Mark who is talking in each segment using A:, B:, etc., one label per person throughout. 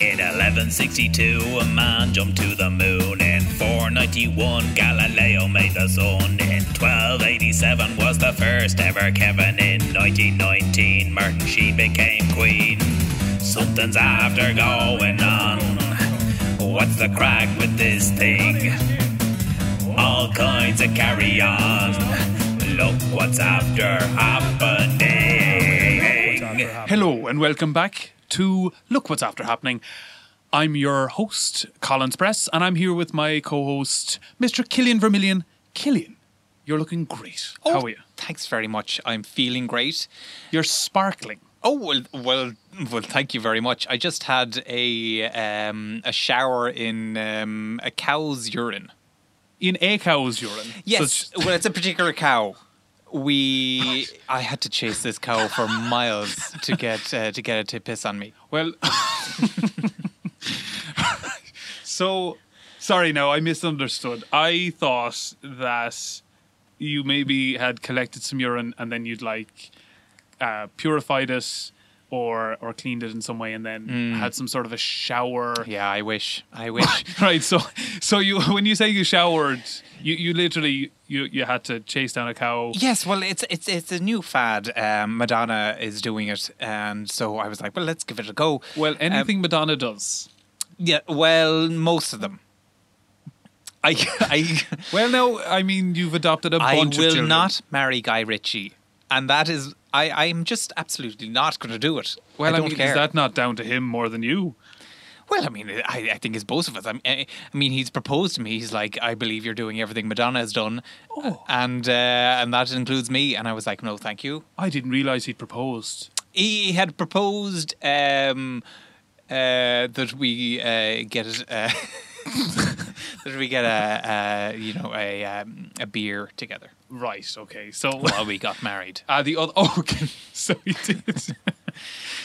A: In 1162, a man jumped to the moon. In 491, Galileo made the sun. In 1287 was the first ever Kevin. In 1919, Martin she became queen. Something's after going on. What's the crack with this thing? All kinds of carry on. Look what's after happening.
B: Hello and welcome back to Look What's After Happening. I'm your host, Colin Press, and I'm here with my co host, Mr. Killian Vermillion. Killian, you're looking great. How are you?
C: Oh, Thanks very much. I'm feeling great.
B: You're sparkling.
C: Oh well, well, well. Thank you very much. I just had a um, a shower in um, a cow's urine.
B: In a cow's urine.
C: Yes, well, it's a particular cow. We, I had to chase this cow for miles to get uh, to get it to piss on me.
B: well, so sorry, no, I misunderstood. I thought that you maybe had collected some urine and then you'd like uh, purified it. Or, or cleaned it in some way and then had some sort of a shower
C: Yeah, I wish. I wish.
B: Right. So, so you when you say you showered, you, you literally you, you had to chase down a cow.
C: Yes, well, it's it's it's a new fad. Um, Madonna is doing it, and so I was like, well, let's give it a go.
B: Well,
C: Um,
B: anything Madonna does.
C: yeah. Well, most of them. I I.
B: Well, no, I mean you've adopted a
C: I
B: bunch of
C: will
B: children.
C: not marry Guy Ritchie, and that is I. I'm just absolutely not going to do it.
B: Well,
C: I
B: I,
C: don't
B: mean,
C: care.
B: is that not down to him more than you?
C: well, I mean, I, I think it's both of us. I'm, I, I mean, he's proposed to me. He's like, I believe you're doing everything Madonna has done,
B: Oh.
C: and uh, and that includes me. And I was like, no, thank you.
B: I didn't realize he'd proposed.
C: He had proposed um, uh, that we uh, get it. Uh, that we get a, a you know a um, a beer together
B: Right. Okay. So,
C: while we got married.
B: uh, the other. Oh, okay. So he did.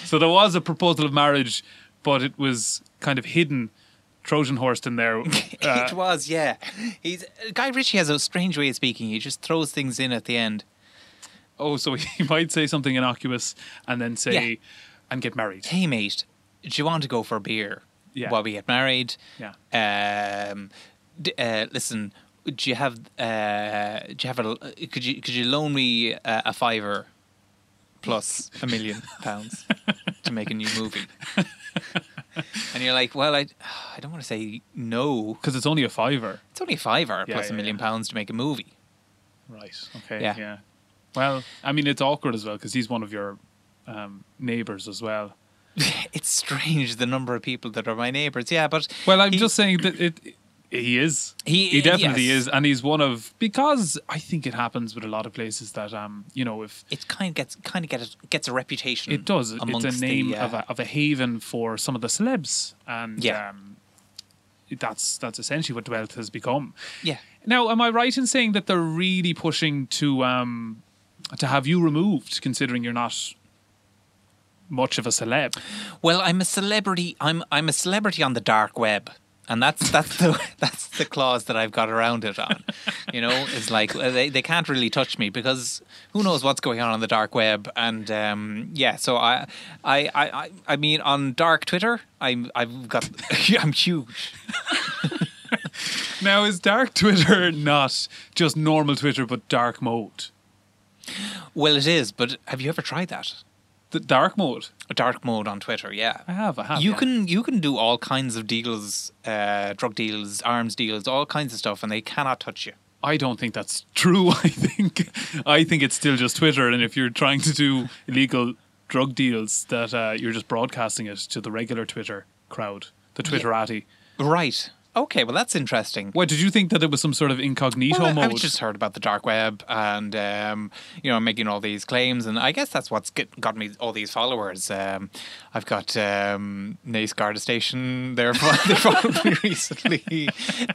B: so there was a proposal of marriage, but it was kind of hidden, Trojan horsed in there. Uh,
C: it was, yeah. He's Guy Ritchie has a strange way of speaking. He just throws things in at the end.
B: oh, so he might say something innocuous and then say, and get married.
C: Hey, mate, do you want to go for a beer
B: Yeah.
C: while we get married?
B: Yeah.
C: Um, d- uh, listen, do you have uh, do you have a could you could you loan me uh, a fiver plus a million pounds to make a new movie? and you're like, well, I I don't want to say no.
B: Because it's only a fiver.
C: It's only a fiver
B: Yeah,
C: plus
B: yeah,
C: a million
B: yeah.
C: pounds to make a movie.
B: Right. Okay. Yeah.
C: Yeah.
B: Well, I mean, it's awkward as well because he's one of your um, neighbors as well.
C: It's strange the number of people that are my neighbours. Yeah, but
B: Well, I'm
C: he-
B: just saying that it. He is.
C: He-
B: he definitely
C: yes.
B: is, and he's one of because I think it happens with a lot of places that um you know if
C: it kind of gets kind of gets gets a reputation.
B: it does it's
C: amongst
B: a name
C: the, uh,
B: of a of a haven for some of the celebs and
C: Yeah.
B: um that's that's essentially what Dwelt has become.
C: yeah.
B: Now, am I right in saying that they're really pushing to um, to have you removed, considering you're not much of a celeb?
C: Well, I'm a celebrity. I'm I'm a celebrity on the dark web, and that's that's the that's the clause that I've got around it on. You know, it's like uh, they they can't really touch me because who knows what's going on on the dark web. And um, yeah, so I I I I- I mean on dark Twitter, I'm I've got I'm huge.
B: Now, is dark Twitter not just normal Twitter, but dark mode?
C: Well, it is, but have you ever tried that?
B: The dark mode.
C: dark mode on Twitter. Yeah,
B: I have, I have,
C: You
B: yeah.
C: can you can do all kinds of deals, uh, drug deals, arms deals, all kinds of stuff, and they cannot touch you.
B: I don't think that's true. I think I think it's still just Twitter, and if you're trying to do illegal drug deals, that uh, you're just broadcasting it to the regular Twitter crowd, the Twitterati.
C: Right. Okay. Well, that's interesting.
B: What did you think that it was some sort of incognito
C: Well, I-
B: mode?
C: I've just heard about the dark web and, um, you know, making all these claims. And I guess that's what's get, got me all these followers. Um, I've got um, Nace Garda Station there for they followed me recently.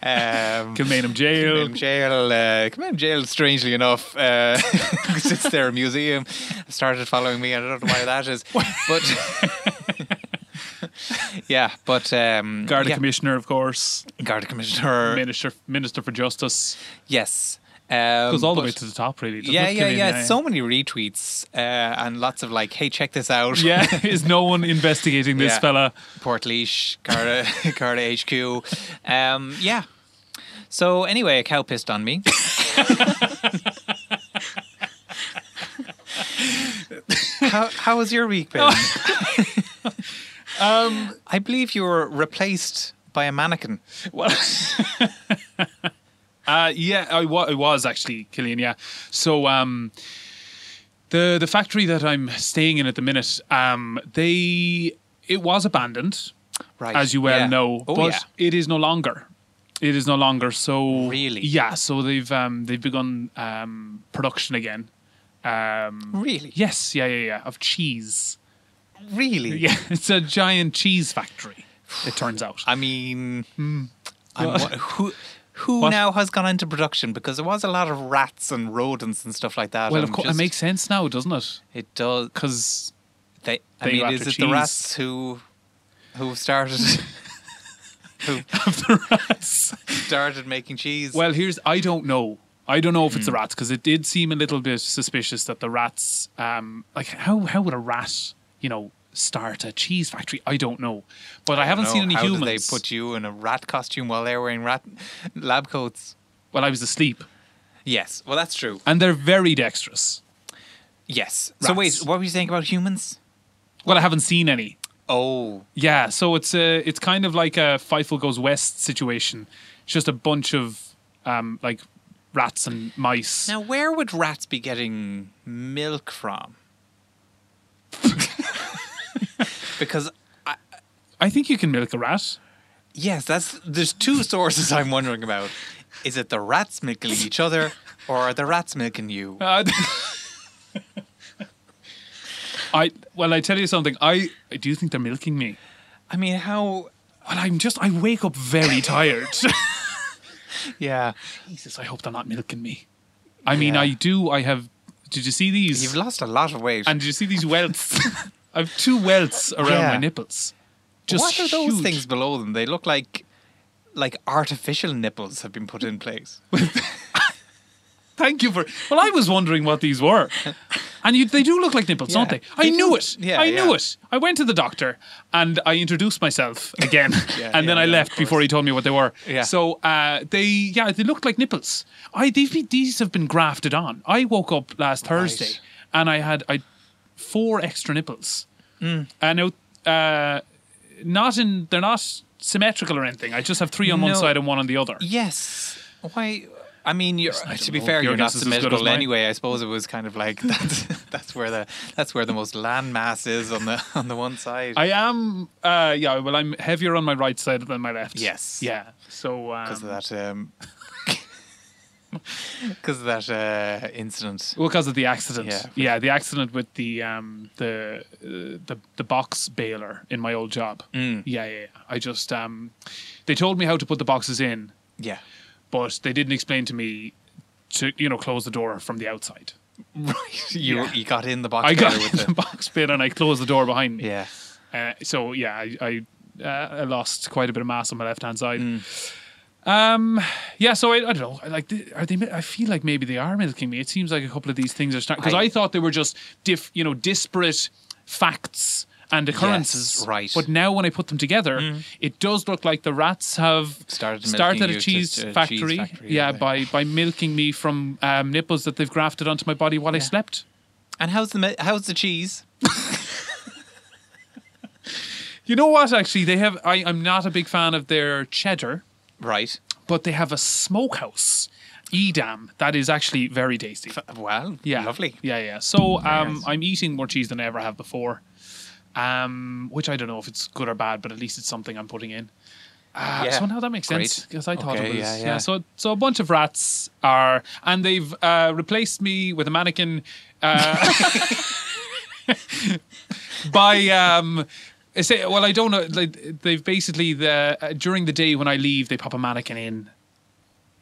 C: Um,
B: Kilmainham Jail.
C: Kilmainham Jail. Uh, Kilmainham Jail, strangely enough, uh, since they're a museum, started following me. I don't know why that is. but. yeah, but. Um,
B: Garda
C: yeah,
B: Commissioner, of course.
C: Garda Commissioner.
B: Minister Minister for Justice.
C: Yes. Um,
B: goes all the
C: but-
B: way to the top, really. doesn't
C: yeah,
B: it,
C: yeah,
B: Killian?
C: yeah, So many retweets uh, and lots of like, hey, check this out.
B: yeah. Is no one investigating this
C: Yeah.
B: fella?
C: Port Leash, Carta, Carta HQ. Um, yeah. So anyway, a cow pissed on me. how, how has your week been? um, I believe you were replaced by a mannequin.
B: Well, uh, yeah, I wa- I was actually Killian. Yeah, so um, the the factory that I'm staying in at the minute, um, they it was abandoned,
C: Right.
B: as you well
C: yeah.
B: know,
C: Oh,
B: but
C: yeah.
B: it is no longer. It is no longer so.
C: Really?
B: Yeah. So they've um, they've begun um, production again. Um,
C: Really?
B: yes. Yeah. Yeah. Yeah. Of cheese.
C: Really?
B: Yeah. It's a giant cheese factory. It turns out.
C: I mean,
B: Hmm.
C: I'm,
B: What?
C: wa- who who
B: What?
C: now has gone into production? Because there was a lot of rats and rodents and stuff like that.
B: well, of
C: and
B: course,
C: just-
B: it makes sense now, doesn't it?
C: it does.
B: Because
C: They, I
B: They go
C: mean,
B: after
C: is it
B: cheese.
C: the rats who who started who
B: the rats.
C: started making cheese?
B: Well, here's I don't know. I don't know if it's
C: Hmm.
B: the rats because it did seem a little bit suspicious that the rats, um, like how how would a rat, you know, start a cheese factory? I don't know, but I, haven't
C: No,
B: seen any
C: how did
B: humans.
C: they put you in a rat costume while they're wearing rat lab coats?
B: well, I was asleep,
C: Yes, well, that's true.
B: and they're very dexterous.
C: Yes. So wait,
B: Rats.
C: what were you saying about humans?
B: Well, I haven't seen any.
C: Oh,
B: Yeah, so it's a it's kind of like a Fightful Goes West situation. It's just a bunch of um, like rats and mice.
C: now where would rats be getting milk from? because
B: I think you can milk a rat.
C: Yes, that's there's two sources I'm wondering about. Is it the rats milking each other or are the rats milking you?
B: Uh, I well, I tell you something. I I do think they're milking me.
C: I mean, how
B: Well, I'm just I wake up very tired.
C: yeah.
B: Jesus, I hope they're not milking me. I mean,
C: Yeah.
B: I do. I have. Did you see these?
C: You've lost a lot of weight.
B: and did you see these welts? I have two welts around
C: Yeah.
B: my nipples. Just
C: what are those
B: huge.
C: things below them? They look like like artificial nipples have been put in place.
B: Thank you for. Well, I was wondering what these were, and you, they do look like nipples, don't
C: Yeah,
B: they? I
C: they
B: knew
C: do.
B: it.
C: Yeah,
B: I knew
C: yeah.
B: it. I went to the doctor and I introduced myself again,
C: Yeah,
B: and then
C: yeah,
B: I
C: yeah,
B: left
C: of
B: before
C: course.
B: he told me what they were.
C: Yeah.
B: So uh, they, yeah, they looked like nipples. I they've been, these have been grafted on. I woke up last Thursday and I had I four extra nipples,
C: Mm.
B: and now uh, not in they're not symmetrical or anything. I just have three on one
C: No.
B: side and one on the other.
C: Yes. Why I mean, you're,
B: I
C: to
B: don't
C: be
B: know.
C: fair,
B: Your
C: you're not
B: guess is as good as
C: symmetrical
B: mine.
C: anyway. I suppose it was kind of like that's, that's where the that's where the most land mass is on the on the one side.
B: I am, uh, yeah. Well, I'm heavier on my right side than my left.
C: Yes.
B: Yeah. So um,
C: because of that um because of that uh incident
B: Well, because of the accident.
C: Yeah.
B: the accident with the um the uh, the the box baler in my old job.
C: Mm.
B: Yeah, yeah, yeah. I just um, they told me how to put the boxes in,
C: yeah
B: but they didn't explain to me to you know close the door from the outside.
C: right you
B: Yeah.
C: you got in the box
B: I got
C: there
B: in the box baler and I closed the door behind me.
C: yeah
B: Uh, so yeah, I, I, uh, I lost quite a bit of mass on my left hand side.
C: Mm.
B: Um, yeah, so I, I don't know. I Like, th- are they? mi- I feel like maybe they are milking me. It seems like a couple of these things are starting because I,
C: I-
B: thought they were just diff, you know, disparate facts and occurrences.
C: Yes, right. Mm.
B: But now when I put them together, it does look like the rats have
C: Started milking
B: started
C: you
B: a
C: to-
B: cheese,
C: to a cheese
B: factory,
C: factory,
B: Yeah,
C: yeah.
B: by by milking me from um, nipples that they've grafted onto my body while I slept.
C: and how's the mi- how's the cheese
B: You know what? Actually, they have. I, I'm not a big fan of their cheddar.
C: right
B: but they have a smokehouse, Edam, that is actually very tasty.
C: well
B: Yeah,
C: lovely
B: Yeah, yeah. So um,
C: nice.
B: I'm eating more cheese than I ever have before, um, which I don't know if it's good or bad, but at least it's something I'm putting in. Uh,
C: Yeah.
B: So now that makes sense
C: Great.
B: because I thought it
C: Okay,
B: was
C: yeah,
B: yeah,
C: yeah.
B: So so a bunch of rats are and they've uh, replaced me with a mannequin uh, by um. I Say, well, I don't know. Like, they've basically the uh, during the day when I leave, they pop a mannequin in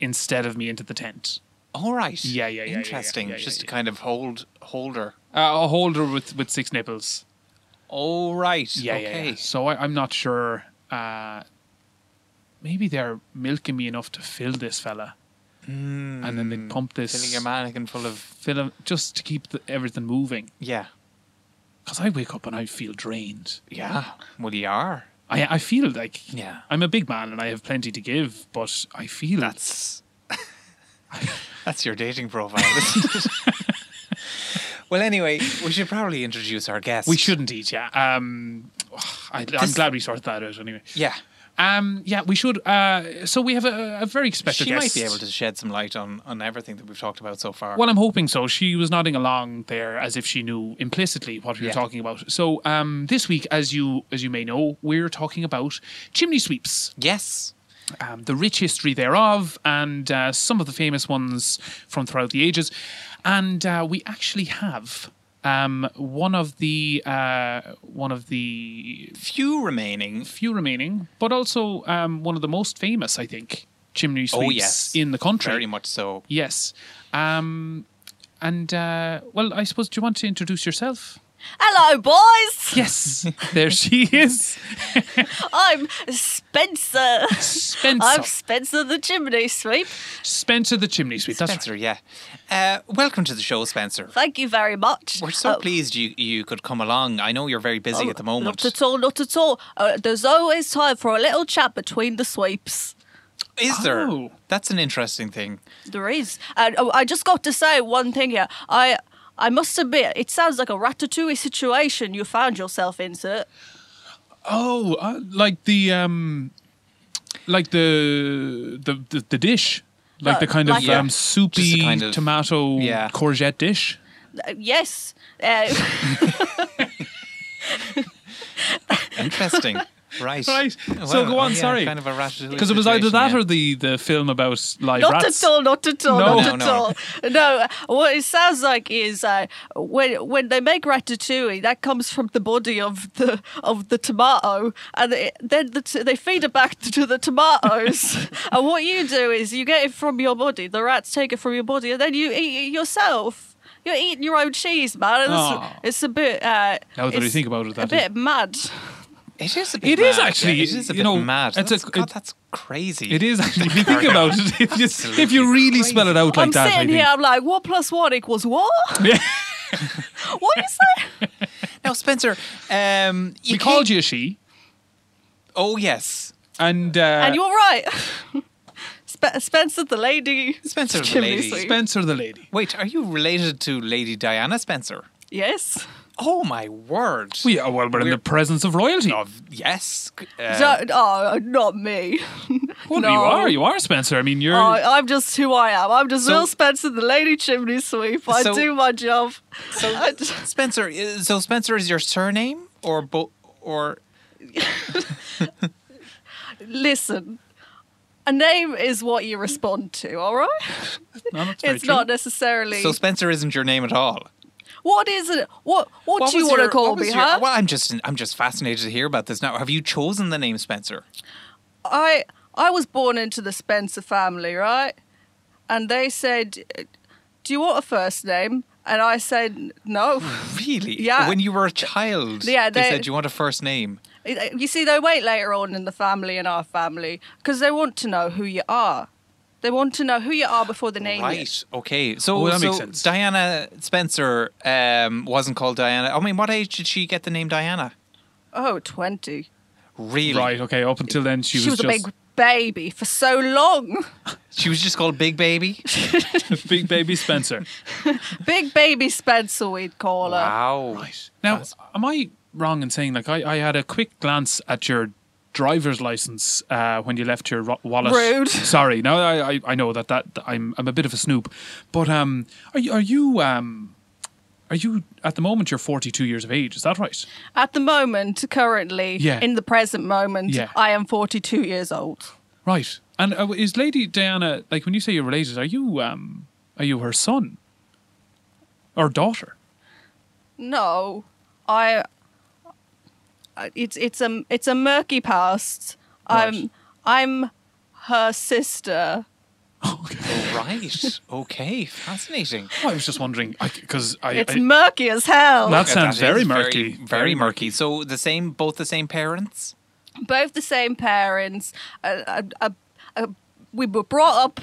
B: instead of me into the tent.
C: all right
B: Yeah, yeah, yeah, yeah, yeah,
C: interesting
B: yeah, yeah,
C: just a
B: yeah.
C: kind of hold holder
B: Uh, a holder with with six nipples.
C: all Oh, right
B: Yeah,
C: okay
B: yeah, yeah. So I, I'm not sure. Uh, maybe they're milking me enough to fill this fella. and then they'd pump this
C: Hmm. Filling your mannequin full of
B: film just to keep the, everything moving.
C: yeah,
B: Because I wake up and I feel drained.
C: yeah. Well, you are.
B: I I feel like
C: Yeah.
B: I'm a big man and I have plenty to give, but I feel
C: That's that's your dating profile. isn't it? well, anyway, we should probably introduce our guest.
B: we shouldn't eat. Yeah, um, I, I'm
C: This-
B: glad we sorted that out anyway.
C: Yeah.
B: Um, yeah, we should. Uh, so we have a, a very special
C: she
B: guest.
C: might be able to shed some light on, on everything that we've talked about so far.
B: Well, I'm hoping so. She was nodding along there as if she knew implicitly what we were
C: Yeah.
B: talking about. So um, this week, as you as you may know, we're talking about chimney sweeps,
C: yes.
B: um, the rich history thereof, and uh, some of the famous ones from throughout the ages. And uh, we actually have um, one of the uh, one of the
C: Few remaining.
B: few remaining, but also um, one of the most famous, I think, chimney
C: Oh,
B: sweeps
C: yes.
B: in the country.
C: Very much so.
B: Yes. Um, and uh, well, I suppose do you want to introduce yourself?
D: Hello, boys.
B: Yes, there she is,
D: I'm Spencer.
B: Spencer.
D: I'm Spencer the chimney sweep.
B: Spencer the chimney sweep. That's
C: Spencer, yeah. Uh, welcome to the show, Spencer.
D: Thank you very much.
C: We're so
D: Uh,
C: pleased you, you could come along. I know you're very busy
D: oh,
C: at the moment.
D: Not at all. Not at all. Uh, there's always time for a little chat between the sweeps.
C: Is there?
B: Oh.
C: That's an interesting thing.
D: There is. And oh, I just got to say one thing here. I I must admit, it sounds like a ratatouille situation you found yourself in, sir.
B: right. Oh, uh, like the um, like the the the, the dish. Like
D: Uh,
B: the kind
D: like-
B: of
D: Yeah.
B: um, soupy
C: Just a kind of-
B: tomato
C: yeah.
B: courgette dish.
D: Uh, yes. Uh,
C: Interesting. right.
B: Right. So
C: Well, oh,
B: go on,
C: yeah,
B: sorry.
C: Kind of a rational
B: Because it was either that
C: situation, yeah.
B: or the, the film about live
D: not
B: rats.
D: at all, not at all,
B: No.
D: not
B: No,
D: at
C: no.
D: all. No, uh, what it sounds like is uh, when when they make ratatouille, that comes from the body of the of the tomato, and it, then the t- they feed it back to the tomatoes. and what you do is you get it from your body. The rats take it from your body, and then you eat it yourself. You're eating your own cheese, man. It's,
B: Aw.
D: it's a bit. Uh,
B: Ah. Now that I
D: it's
B: think about it, that
D: a
B: is-
D: bit mad.
C: It is a bit
B: It
C: mad.
B: is actually,
C: yeah, it is a
B: you
C: bit
B: know,
C: mad.
B: it's a-
C: That's, God,
B: it-
C: that's crazy.
B: It is actually. If you think about it, if you, if you really spell it out like
D: I'm
B: that, I
D: sitting
B: think.
D: here. I'm like, what plus one equals what?
B: Yeah.
D: what is that?
C: Now, Spencer, um, you
B: we called you a she,
C: Oh yes,
B: and, uh,
D: and you're right. Sp- Spencer the lady.
C: Spencer the
D: Chimney
C: lady.
D: sweep.
B: Spencer the lady.
C: Wait, are you related to Lady Diana Spencer?
D: Yes.
C: Oh my word!
B: We are, well, we're, in
C: We're-
B: the presence of royalty.
C: Of- yes. c- uh,
D: Don't- oh, not me.
B: well,
D: no.
B: you are. You are Spencer. I mean, you're.
D: Oh, I'm just who I am. I'm just
C: So-
D: Will Spencer the lady chimney sweep. I
C: So-
D: do my job. I
C: so
D: d-
C: Spencer. i- So Spencer is your surname, or bo- or
D: listen. A name is what you respond to, all right?
B: no, that's very
D: It's
B: true.
D: not necessarily.
C: so Spencer isn't your name at all.
D: what is it? What What,
C: What
D: do you
C: was
D: want to
C: your-
D: call
C: what was
D: me,
C: your-
D: huh?
C: Well, I'm just I'm just fascinated to hear about this now. Have you chosen the name Spencer?
D: I I was born into the Spencer family, right? And they said, "Do you want a first name?" And I said, "No."
C: Really?
D: Yeah.
C: When you were a child,
D: Yeah,
C: they,
D: they-
C: said you want a first name.
D: uh, you see, they wait later on in the family in our family because they want to know who you are. They want to know who you are before they name you.
C: Right. Okay. So,
B: Oh, that
C: so
B: makes sense.
C: Diana Spencer um, wasn't called Diana. I mean, what age did she get the name Diana?
D: Oh, 20.
C: Really?
B: Right. Okay. Up until then, she,
D: She, was, a
B: just
D: big baby for so long.
C: She was just called Big Baby.
B: big baby Spencer.
D: big baby Spencer, we'd call her.
C: wow.
B: Now, am I wrong in saying like I, I had a quick glance at your driver's license uh, when you left your ro- wallet?
D: Rude.
B: Sorry. Now I, I, I know that, that I'm I'm a bit of a snoop, but um, are you, are you um, are you at the moment you're 42 years of age? Is that right?
D: At the moment, currently,
B: Yeah.
D: in the present moment,
B: Yeah.
D: I am 42 years old.
B: Right. And uh, is Lady Diana like when you say you're related? Are you um, are you her son or daughter?
D: No, I. I- It's it's a it's a murky past.
B: Right.
D: I'm I'm her sister.
B: Oh, Okay.
C: Right. Okay. Fascinating.
B: I was just wondering because I,
D: It's
B: I
D: murky as hell.
B: That's- That
C: Yeah,
B: sounds
C: is
B: very murky.
C: Very,
B: Very
C: murky. So the same, both the same parents.
D: Both the same parents. Uh, uh, uh, uh, we were brought up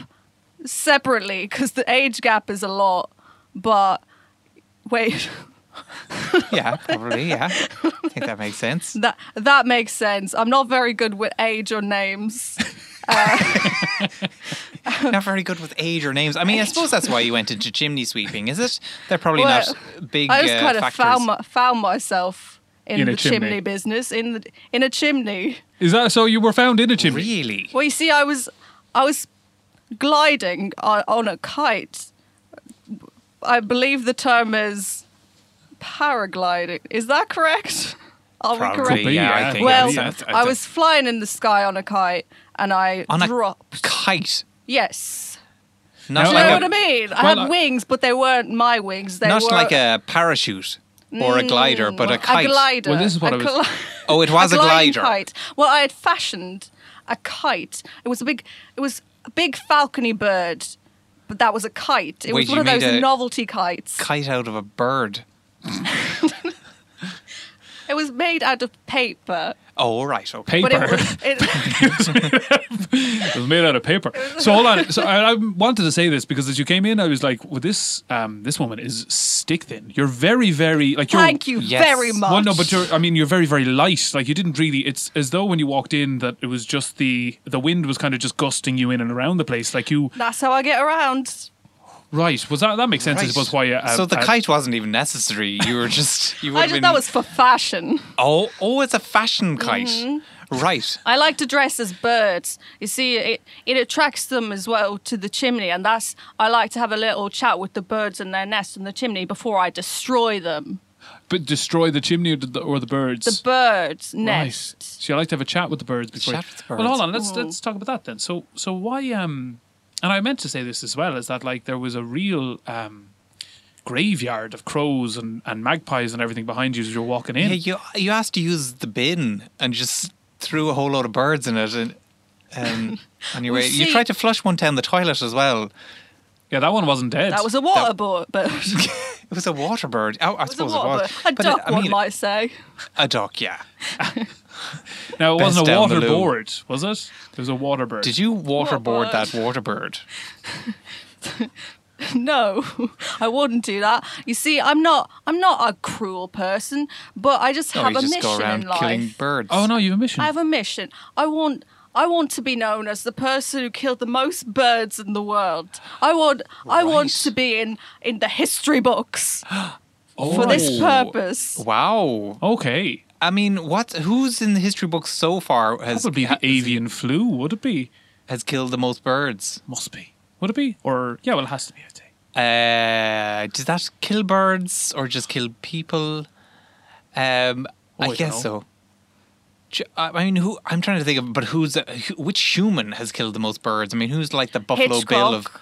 D: separately because the age gap is a lot. But wait,
C: Yeah, probably. Yeah, I think that makes sense.
D: that that makes sense. I'm not very good with age or names.
C: Not very good with age or names. I mean, I suppose that's why you went into chimney sweeping, is it? They're probably
D: Well,
C: not big.
D: I just
C: uh,
D: kind of
C: factors.
D: found my, found myself in,
B: In a
D: the chimney.
B: chimney.
D: business in the in a chimney.
B: Is that so? You were found in a chimney.
C: Really?
D: Well, you see, I was I was gliding on, on a kite. I believe the term is paragliding. Is that correct? Are we correct?
C: Probably.
B: Could be,
C: Yeah,
B: yeah.
C: I think.
D: Well,
C: that's- that's-
D: I was flying in the sky on a kite and I
C: on a
D: dropped.
C: kite.
D: Yes.
B: No,
C: Not
D: Do
C: Oh, like
D: you know
C: a, uh,
D: what I mean? I
B: well,
D: had
B: I-
D: wings, but they weren't my wings. They
C: not
D: were Mm,
C: like a parachute or a glider, but a kite.
D: A glider.
B: Well, this is what
D: a
B: I was-
D: gli-
C: Oh, it was a,
D: gliding
C: glider.
D: Kite. Well, I had fashioned a kite. It was a big, it was a big falconry bird, but that was a kite. It
C: Wait,
D: was
C: you
D: one of those
C: made a-
D: novelty kites.
C: Kite out of a bird.
D: It was made out of paper,
C: Oh, all right. Okay.
B: Paper.
D: but it was. It,
B: It was made out of paper. So hold on. So I, I wanted to say this because as you came in, I was like, "Well, this um, this woman is stick thin. You're very, very like you're,
D: thank you
C: Yes.
D: very much.
B: Well, no, but you're. I mean, you're very, very light. Like you didn't really. It's as though when you walked in that it was just the the wind was kind of just gusting you in and around the place. Like you.
D: That's how I get around.
B: Right. Was that that makes sense? I
C: Right.
B: suppose why. Uh,
C: so the
B: uh,
C: kite wasn't even necessary. You were just you would
D: I
C: have
D: just,
C: been.
D: that was for fashion.
C: oh oh, it's a fashion kite,
D: Mm-hmm.
C: right?
D: I like to dress as birds. You see, it, it attracts them as well to the chimney, and that's I like to have a little chat with the birds and their nest in the chimney before I destroy them.
B: But destroy the chimney or the, or the birds.
D: The birds'
B: Right.
D: nest.
B: So you like to have a chat with the birds before.
C: Chat with the
B: Well,
C: birds.
B: hold on. Let's let's talk about that then. So so why um, and I meant to say this as well is that like there was a real um, graveyard of crows and, and magpies and everything behind you as you were walking in.
C: Yeah, you you asked to use the bin and just threw a whole load of birds in it and. Um, on your
D: We
C: way, you
D: see-
C: tried to flush one down the toilet as well.
B: Yeah, that one wasn't dead.
D: That was a water bo- bird. it
C: It was a water bird. Oh, I
D: was a
C: suppose
D: water bird.
C: it was.
D: A
C: But it-
D: duck,
C: I
D: one
C: mean,
D: might say.
C: a duck. Yeah.
B: now it
C: Best
B: wasn't a
C: down the
B: water
C: loo.
B: board, was it? It was a water bird.
C: Did you waterboard
D: Waterbird.
C: that water bird?
D: no, I wouldn't do that. You see, I'm not I'm not a cruel person, but I just
C: No,
D: have
C: you
D: a
C: just
D: mission
C: go around
D: in life.
C: killing birds.
B: Oh no, you have a mission.
D: I have a mission. I want I want to be known as the person who killed the most birds in the world. I want I want
C: Right.
D: to be in in the history books
B: oh,
D: for this
C: Oh.
D: purpose.
C: Wow.
B: Okay,
C: I mean, what? Who's in the history books so far
B: that
C: has
B: would be the avian flu, would it be?
C: has killed the most birds?
B: Must be. Would it be? Or yeah, well, it has to be. I'd say.
C: Uh, does that kill birds or just kill people? Um,
B: Oh, I
C: I
B: don't
C: guess
B: know.
C: so. Ju- I I mean, who? I'm trying to think of, but who's who, which human has killed the most birds? I mean, who's like the Buffalo Bill of?
D: Hitchcock.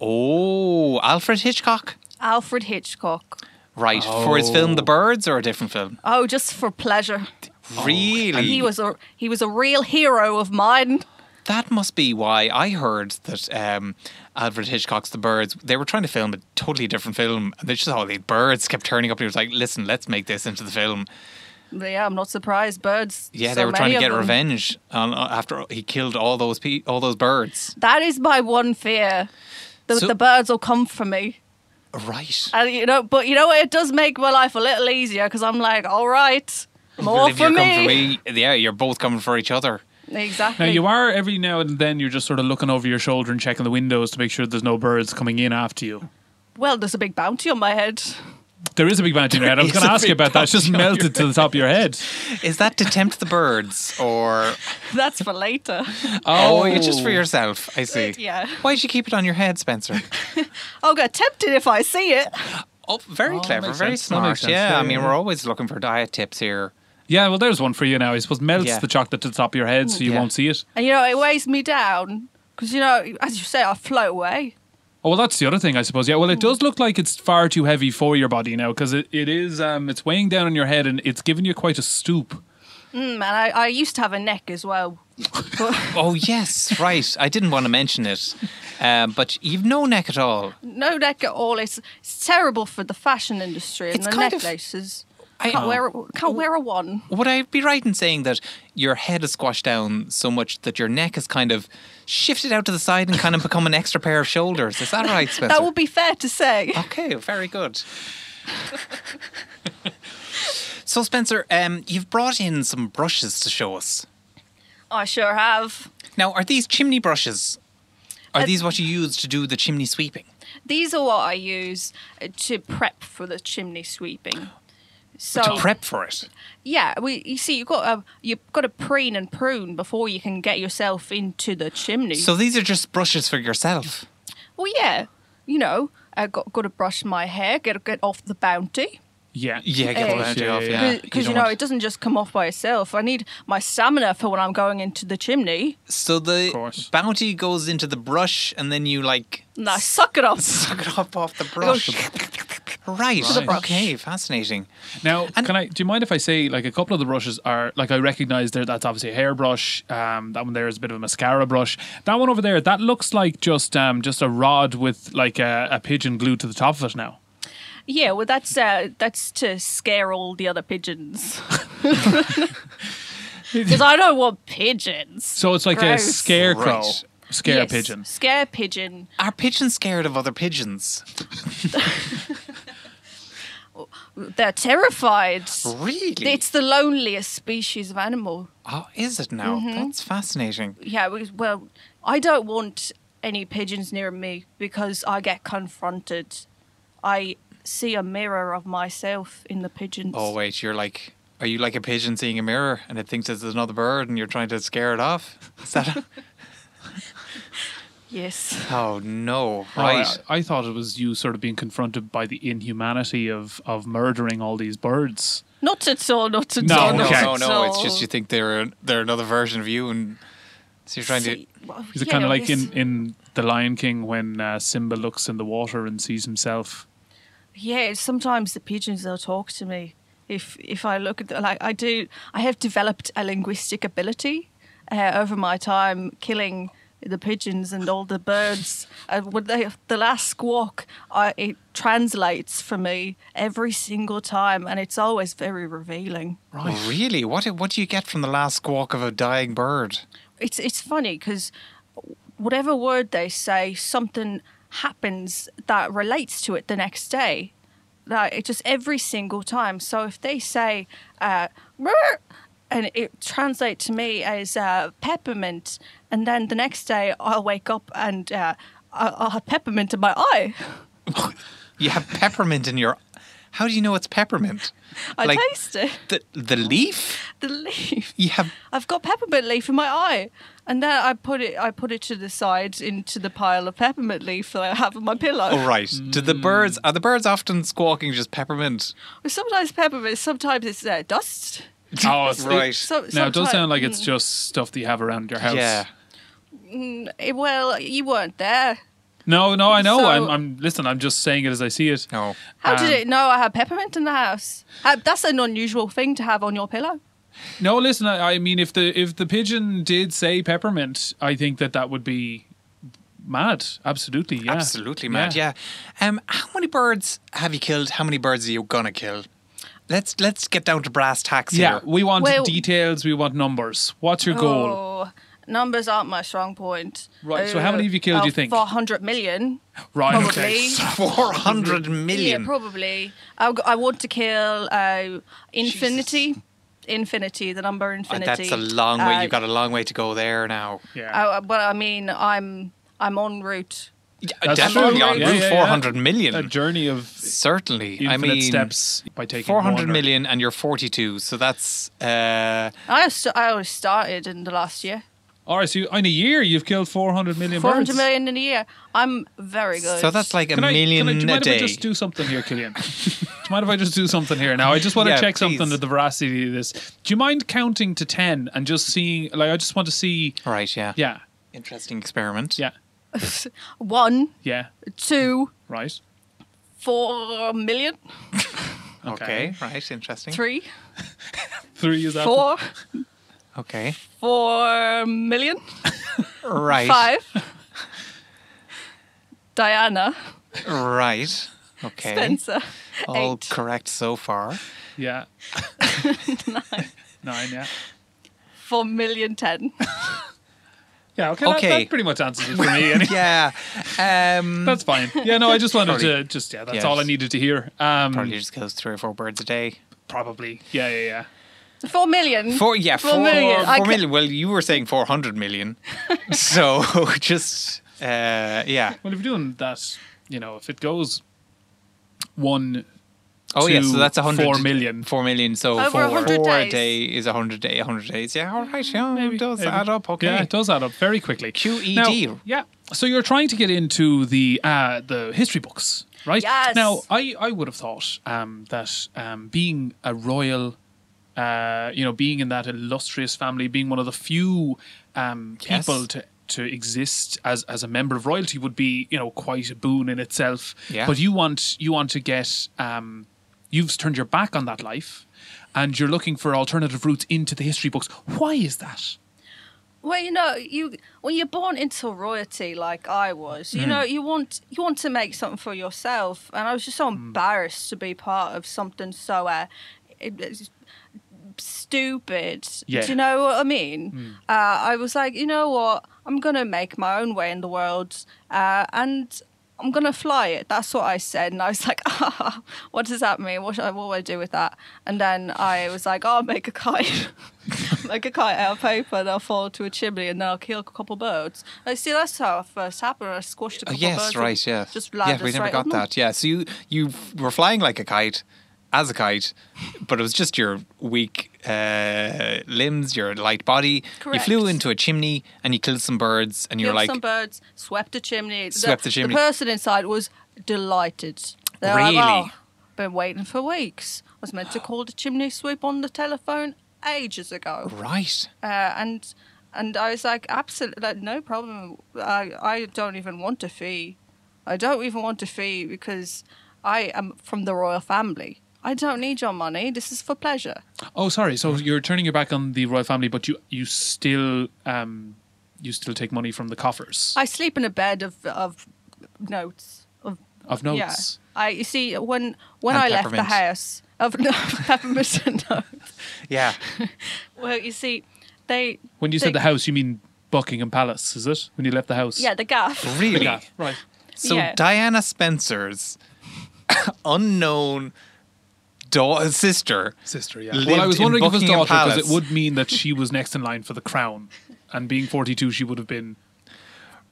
C: Oh, Alfred Hitchcock.
D: Alfred Hitchcock.
C: Right for his film The
B: Oh.
C: Birds or a different film?
D: Oh, just for pleasure.
C: really?
D: And he was a he was a real hero of mine.
C: That must be why I heard that um, Alfred Hitchcock's The Birds, they were trying to film a totally different film. And they just all these birds kept turning up. And he was like, listen, let's make this into the film.
D: But yeah, I'm not surprised. Birds.
C: Yeah,
D: so
C: they were trying
D: many
C: to
D: of
C: get
D: them.
C: revenge on, uh, after he killed all those pe- all those birds.
D: That is my one fear. The,
C: So-
D: the birds will come for me.
C: Right.
D: And you know, but you know what? It does make my life a little easier because I'm like, all right, more
C: If
D: for
C: you're
D: me.
C: coming for me. Yeah, you're both coming for each other.
D: Exactly.
B: Now you are every now and then you're just sort of looking over your shoulder and checking the windows to make sure there's no birds coming in after you.
D: Well, there's a big bounty on my head.
B: There is a big bounty in your head. I was
C: is
B: going to
C: a
B: ask you
C: big
B: about that. It's just
C: bounty on your
B: melted to the top of your head.
C: Is that to tempt the birds or.
D: That's for later.
C: Oh, it's just for yourself. I see.
D: Yeah.
C: Why'd you keep it on your head, Spencer?
D: I'll get tempted if I see it.
C: Oh, very
B: Oh,
C: clever,
B: makes
C: very
B: sense. That
C: smart.
B: makes sense.
C: Yeah,
B: Yeah,
C: I mean,
B: yeah.
C: we're always looking for diet tips here.
B: Yeah, well, there's one for you now. I suppose melts
C: Yeah.
B: the chocolate to the top of your head so you
C: Yeah.
B: won't see it.
D: And you know, it weighs me down because you know, as you say, I float away.
B: Oh, well, that's the other thing, I suppose. Yeah, well,
D: Hmm.
B: it does look like it's far too heavy for your body now because it, it is, um, it's weighing down on your head and it's giving you quite a stoop.
D: Mm, and I, I used to have a neck as well. But
C: Oh yes, right. I didn't want to mention it, um, but you've no neck at all.
D: no neck at all. It's, it's terrible for the fashion industry and
C: It's
D: the
C: kind
D: neck
C: of-
D: laces.
C: I-
D: Can't wear a, can't wear a one.
C: Would I be right in saying that your head is squashed down so much that your neck is kind of shifted out to the side and kind of become an extra pair of shoulders? Is that right, Spencer?
D: That would be fair to say.
C: Okay, very good. so, Spencer, um, you've brought in some brushes to show us.
D: I sure have.
C: Now, are these chimney brushes? Are
D: Uh,
C: these what you use to do the chimney sweeping?
D: These are what I use uh, to prep for the chimney sweeping. So
C: to prep for it?
D: yeah, we you see you've got to, you've got to preen and prune before you can get yourself into the chimney.
C: So, these are just brushes for yourself.
D: well, yeah, you know I got got to brush my hair, get get off the bounty
B: Yeah.
C: Yeah, get
D: Eh,
C: the bounty
B: yeah,
C: off,
B: yeah,
C: yeah. You
D: because
C: don't
D: you know
C: want-
D: it doesn't just come off by itself. I need my stamina for when I'm going into the chimney.
C: So, the
B: course.
C: bounty goes into the brush and then you like
D: And I suck it up.
C: suck it up off the brush. Right.
B: To the brush.
C: Okay, fascinating.
B: Now,
C: And-
B: can I? Do you mind if I say like a couple of the brushes are like I recognise there? That's obviously a hairbrush. Um, that one there is a bit of a mascara brush. That one over there, that looks like just um just a rod with like a, a pigeon glued to the top of it. Now,
D: Yeah, well that's uh, that's to scare all the other pigeons. Because I don't want pigeons.
B: so it's like a
D: Gross.
B: scarecrow,
C: Right.
B: scare
D: Yes,
B: pigeon.
D: Scare pigeon.
C: Are pigeons scared of other pigeons?
D: They're terrified.
C: Really?
D: It's the loneliest species of animal.
C: Oh, is it now? That's fascinating.
D: Yeah, because- well, I don't want any pigeons near me because I get confronted. I see a mirror of myself in the pigeons.
C: Oh wait, you're like, are you like a pigeon seeing a mirror and it thinks it's another bird and you're trying to scare it off? Is that?
D: Yes.
C: oh no!
B: Oh,
C: Right.
B: I, I thought it was you sort of being confronted by the inhumanity of of murdering all these birds.
D: Not at all, not at
B: No,
D: all.
C: oh, no,
D: not
B: okay.
C: no,
D: at
C: no! It's
D: all.
C: just you think they're they're another version of you, and so you're trying
D: See,
C: to.
D: well,
B: Is it
D: yeah,
B: kind of like
D: yes.
B: in in The Lion King when uh, Simba looks in the water and sees himself?
D: Yeah, sometimes the pigeons they'll talk to me. If if I look at the, like I do, I have developed a linguistic ability uh, over my time killing the pigeons and all the birds. Uh, when they the last squawk, I, it translates for me every single time, and it's always very revealing.
C: Right. Really? What do- what do you get from the last squawk of a dying bird?
D: It's it's funny because whatever word they say, something happens that relates to it the next day. Like it just every single time. So if they say uh, "Rrr," and it translates to me as uh, peppermint, and then the next day I'll wake up and uh, I- I'll have peppermint in my eye.
C: You have peppermint in your. How do you know it's peppermint?
D: I
C: Like-
D: taste it.
C: The the leaf?
D: The leaf.
C: You have
D: I've got peppermint leaf in my eye, and then I put it. I put it to the side into the pile of peppermint leaf that I have on my pillow.
C: Oh right. Do the birds
B: Mm.
C: are the birds often squawking just peppermint?
D: Well, sometimes peppermint, sometimes it's uh, dust.
B: Oh, it's-
C: Right.
D: So, Mm.
B: Now it does
D: sometime-
B: sound like it's just stuff that you have around your house.
C: Yeah.
D: Eh, Well, you weren't there.
B: No, no, I know.
D: So-
B: I'm, I'm. Listen, I'm just saying it as I see it.
C: No.
D: How did
B: Um,
D: it know I had peppermint in the house? Uh, that's an unusual thing to have on your pillow.
B: No, listen. I, I mean, if the if the pigeon did say peppermint, I think that that would be mad. Absolutely. Yeah.
C: Absolutely mad. Yeah. Um, how many birds have you killed? How many birds are you gonna kill? Let's let's get down to brass tacks
B: Yeah.
C: here.
B: We want
D: Well-
B: details. We want numbers. What's your goal?
D: Oh, numbers aren't my strong point.
B: Right, so how many have you killed, do you think?
D: Four hundred million.
B: Right.
D: probably.
B: Okay.
C: Four hundred million.
D: Yeah, probably. I, I want to kill uh, infinity. Infinity, the number
C: Uh,
D: infinity.
C: That's a long way.
D: Uh,
C: You've got a long way to go there now.
B: Yeah.
D: I, but I mean, I'm I'm en route.
C: Yeah,
B: That's
C: Definitely
B: true.
C: on
B: Yeah,
C: route
B: yeah, yeah.
C: four hundred million.
B: A journey of
C: Certainly.
B: infinite
C: Um, I mean,
B: steps by taking
C: four hundred
B: one or-
C: million, and you're forty-two. So that's uh,
D: I st- I always started in the last year.
B: All right. So you, in a year, you've killed four hundred million.
D: Four hundred
B: birds.
D: million in a year. I'm very good.
C: so that's like a
B: Can I,
C: million
B: can I, do you
C: a
B: mind
C: day.
B: if I just do something here, Killian? do you mind if I just do something here now? I just want to
C: Yeah,
B: check something
C: please.
B: to the veracity of this. Do you mind counting to ten and just seeing? Like, I just want to see.
C: All right. Yeah.
B: Yeah,
C: Interesting experiment.
B: yeah,
D: one,
B: yeah.
D: two,
B: Right.
D: four million,
C: Okay. Right. Interesting.
D: three,
B: Three is that
D: four,
C: Okay.
D: four million,
C: Right.
D: five. Diana
C: Right. Okay.
D: Spencer,
C: All
D: eight.
C: correct so far.
B: Yeah. Nine. Nine, yeah.
D: Four million ten.
B: Yeah, okay. that-
C: Okay.
B: That, pretty much answers it for me. Anyway.
C: yeah. Um,
B: That's fine. Yeah, no, I just wanted
C: Sorry.
B: to just yeah, that's
C: Yeah,
B: all I
C: just-
B: needed to hear. Um
C: probably just goes three or four birds a day.
B: probably. Yeah, yeah, yeah.
D: Four million.
C: Four, yeah,
D: Four
C: four
D: million. I
C: four
D: ca-
C: million. Well, you were saying four hundred million, so just uh, yeah.
B: Well, if you're doing that, you know, if it goes one,
C: Oh yeah, so
B: to
C: that's a hundred.
B: four million.
C: Four million. So
D: Over
C: four,
D: 100
C: four a
D: days.
C: day is a hundred day. A hundred days. Yeah. All right. Yeah. Maybe, does
B: maybe.
C: add up. Okay.
B: yeah, it does add up very quickly.
C: QED.
B: Now, yeah. So you're trying to get into the uh, the history books, right?
D: Yes.
B: Now, I, I would have thought um, that um, being a royal, uh, you know, being in that illustrious family, being one of the few um,
C: Yes.
B: people to to exist as as a member of royalty would be, you know, quite a boon in itself.
C: Yeah.
B: But you want you want to get um, you've turned your back on that life, and you're looking for alternative routes into the history books. Why is that?
D: Well, you know, you when you're born into royalty like I was, you know, you want you want to make something for yourself, and I was just so embarrassed to be part of something so uh, it- it's stupid.
B: Yeah.
D: Do you know what I mean? Uh, I was like, you know what, I'm gonna make my own way in the world, uh, and. I'm gonna fly it. That's what I said, and I was like, ah, "What does that mean? What should I, what will I do with that?" And then I was like, "Oh, "I'll make a kite." like a kite out of paper and I'll fall to a chimney and I'll kill a couple birds. I see that's how it first happened. I squashed a
C: Uh,
D: couple birds.
C: yes.
D: and
C: Right. Yeah.
D: Just
C: yeah.
D: landed
C: We never
D: straight Mm.
C: got
D: on them.
C: that. Yeah. So you you f- were flying like a kite, as a kite, but it was just your weak uh, limbs, your light body. You flew
D: Correct.
C: into a chimney and you killed some birds, and you're
D: Killed
C: like,
D: some birds, swept a chimney.
C: Swept the chimney.
D: The person inside was delighted. They're Like,
C: Really?
D: oh, been waiting for weeks. I was meant to call the chimney sweep on the telephone ages ago.
C: right.
D: Uh, and and I was like, absolutely, like, no problem. I I don't even want a fee. I don't even want a fee because I am from the royal family. I don't need your money. This is for pleasure.
B: Oh, sorry. So you're turning your back on the royal family, but you you still um you still take money from the coffers
D: I sleep in a bed of of notes of
B: of notes.
D: Yeah. I you see when when
C: And
D: I left the
C: peppermint.
D: house of no, peppermint and notes.
C: Yeah.
D: Well, you see, they
B: When you said
D: they-
B: the house, you mean Buckingham Palace, is it? When you left the house?
D: yeah the gaff.
C: Really.
B: Yeah, right.
C: So
D: Yeah.
C: Diana Spencer's unknown da- sister.
B: Sister, yeah.
C: Lived
B: well, I was
C: in
B: wondering if it was
C: Buckingham
B: daughter because it
C: Palace.
B: would mean that she was next in line for the crown, and being 42, she would have been.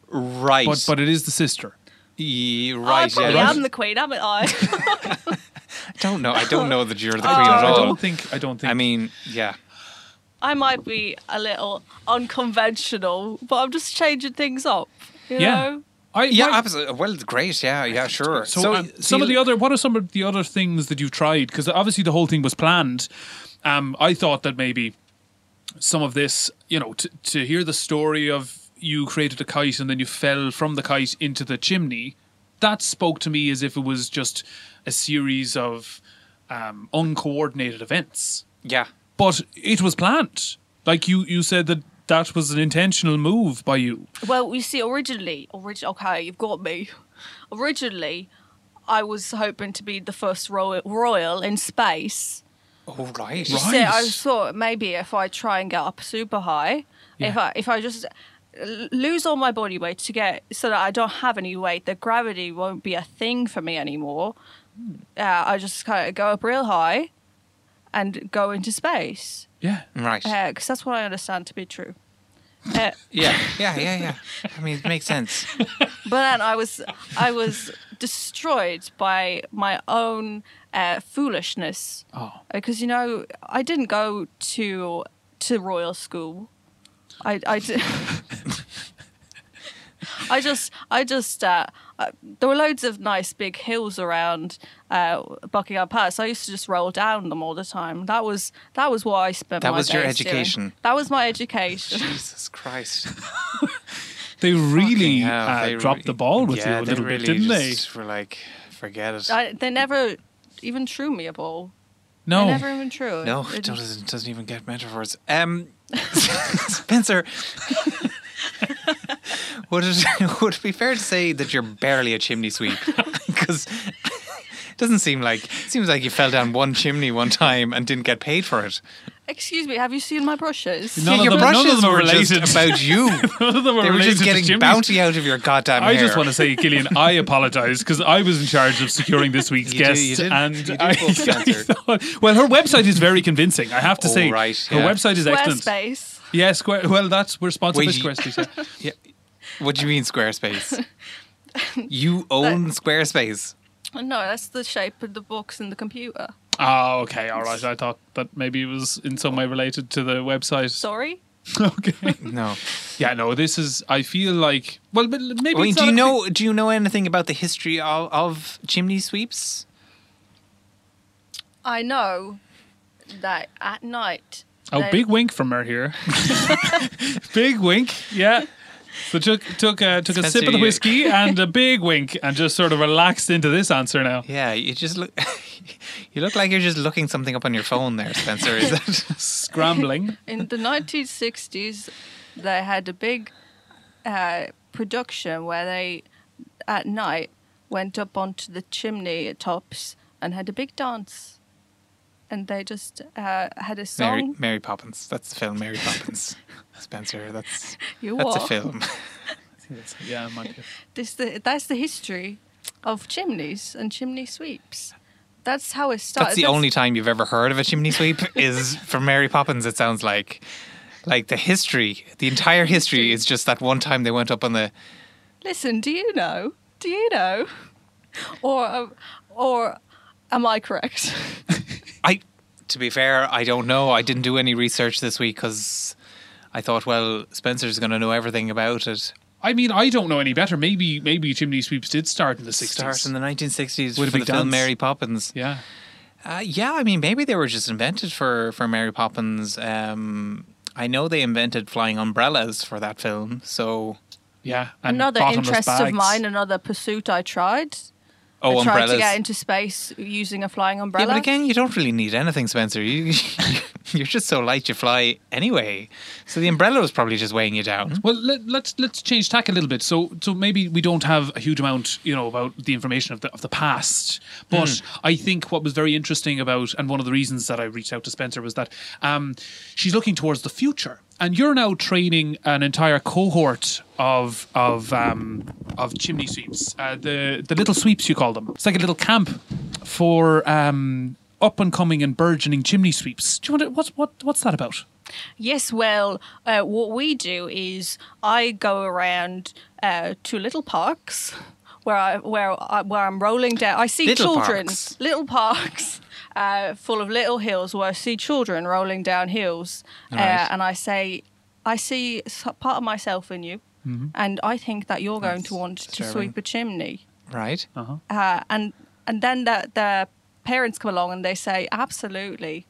C: Right.
B: But but it is the sister.
C: Ye-
D: I
C: right.
D: Oh, probably
C: yeah.
D: am the queen, haven't I?
C: I don't know. I don't know that you're
D: Oh,
C: the queen
B: I
C: at
B: don't
C: all.
B: think. I don't think.
C: I mean, yeah.
D: I might be a little unconventional, but I'm just changing things up. You
B: yeah.
D: know?
B: I,
C: Yeah,
B: right.
C: absolutely. Well, great. Yeah, yeah, sure.
B: So, um,
C: so uh,
B: some of
C: you-
B: the other, what are some of the other things that you've tried? Because obviously the whole thing was planned. Um, I thought that maybe some of this, you know, t- to hear the story of you created a kite and then you fell from the kite into the chimney, that spoke to me as if it was just a series of um, uncoordinated events.
C: Yeah.
B: But it was planned. Like you, you said that that was an intentional move by you.
D: Well, you see, originally, orig- okay, you've got me. Originally, I was hoping to be the first royal, royal in space.
C: Oh, right.
B: Right.
D: So I thought maybe if I try and get up super high, if I if I just l- lose all my body weight to get so that I don't have any weight, that gravity won't be a thing for me anymore. Uh, I just kind of go up real high and go into space
B: Yeah.
C: Right.
D: because Eh, that's what I understand to be true. Uh,
C: yeah. Yeah, yeah, yeah. I mean, it makes sense.
D: but then I was I was destroyed by my own uh, foolishness
B: Oh.
D: because you know I didn't go to to royal school. I I di- I just I just uh, uh, there were loads of nice big hills around uh, Buckingham Palace. I used to just roll down them all the time. That was that was what I spent.
C: That
D: my
C: was your
D: days doing.
C: education.
D: That was my education.
C: Jesus Christ.
B: They really
C: Fucking hell,
B: uh,
C: they
B: dropped
C: re-
B: the ball with
C: yeah,
B: you a
C: they
B: little
C: really
B: bit, didn't they?
C: just Were like, forget it.
D: I, they never even threw me a ball.
B: No.
D: They never even threw it.
C: No,
D: They
C: it
D: didn't-
C: doesn't, doesn't even get metaphors. Um, Spencer, would it would it be fair to say that you're barely a chimney sweep? Because Doesn't seem like seems like you fell down one chimney one time and didn't get paid for it.
D: Excuse me, have you seen my brushes?
B: None of
C: Your
B: them- none of
C: brushes
B: them are
C: were just
B: related.
C: about you.
B: None of them are
C: they were
B: related
C: just
B: to
C: getting
B: chimneys.
C: bounty out of your goddamn
B: I
C: hair.
B: just want to say, Gillian, I apologise because I was in charge of securing this week's
C: You do-
B: guest,
C: you did-
B: and
C: you do
B: I,
C: full censor.
B: I thought- well, her website is very convincing. I have to
C: Oh,
B: say,
C: right,
B: her
C: yeah.
B: website is excellent.
D: Squarespace.
B: Yeah, Square. Well, that's we're sponsored
C: Wait,
B: by
C: you-
B: Squarespace. yeah.
C: Yeah. What do you mean Squarespace? you own Squarespace.
D: No, that's the shape of the box in the computer.
B: Oh, okay, all right. I thought that maybe it was in some way related to the website.
D: Sorry?
B: okay.
C: No.
B: Yeah, no. This is. I feel like. Well, but maybe.
C: Wait,
B: it's not
C: do
B: a-
C: you know do you know anything about the history of, of chimney sweeps?
D: I know that at night.
B: Oh,
D: they-
B: big wink from her here. big wink. Yeah. So took took uh, took a
C: Spencer,
B: sip of the
C: you-
B: whiskey and a big wink and just sort of relaxed into this answer now.
C: Yeah, you just look you look like you're just looking something up on your phone there, Spencer. Is it?
B: Scrambling.
D: In the 1960s, they had a big uh, production where they, at night, went up onto the chimney tops and had a big dance. And they just uh, had a
C: Mary,
D: song.
C: Mary Poppins. That's the film Mary Poppins. Spencer, that's
D: You
C: that's a
D: are.
C: film.
B: yeah, it might be.
D: This the, that's the history of chimneys and chimney sweeps. That's how it started.
C: That's the only time you've ever heard of a chimney sweep is from Mary Poppins. It sounds like, like the history, the entire history is just that one time they went up on the.
D: Listen, do you know? Do you know? Or, um, or am I correct?
C: I, to be fair, I don't know. I didn't do any research this week because I thought, well, Spencer's going to know everything about it.
B: I mean, I don't know any better. Maybe maybe chimney sweeps did start in the sixties.
C: Starts in the 1960s
B: With a
C: for the
B: big
C: film
B: dance.
C: Mary Poppins.
B: yeah.
C: Uh, yeah, I mean, maybe they were just invented for for Mary Poppins. Um, I know they invented flying umbrellas for that film. So,
B: Yeah. And
D: another
B: bottomless
D: interest of
B: bags.
D: mine, another pursuit I tried.
C: oh,
D: I tried
C: umbrellas.
D: to get into space using a flying
C: Yeah,
D: umbrella.
C: but again, you don't really need anything, Spencer. You, you're just so light you fly anyway. So the umbrella was probably just weighing you down.
B: Well, let, let's let's change tack a little bit. So so maybe we don't have a huge amount, you know, about the information of the of the past. But I think what was very interesting about, and one of the reasons that I reached out to Spencer was that um, she's looking towards the future, and you're now training an entire cohort of of um, of chimney sweeps, uh, the the little sweeps you call them. It's like a little camp for. Um, up and coming and burgeoning chimney sweeps. Do you want to, what's what what's that about?
D: Yes, well, uh, what we do is I go around uh, to little parks where I where I, where I'm rolling down. I see
C: Little
D: children,
C: parks?
D: little parks. Uh, full of little hills where I see children rolling down hills,
C: Right.
D: uh, and I say, I see s- part of myself in you, and I think that you're going to want to
C: Mm-hmm. disturbing.
D: sweep a chimney.
B: Hmm.
C: Right?
B: Uh-huh.
D: uh, and and then the, the parents come along and they say absolutely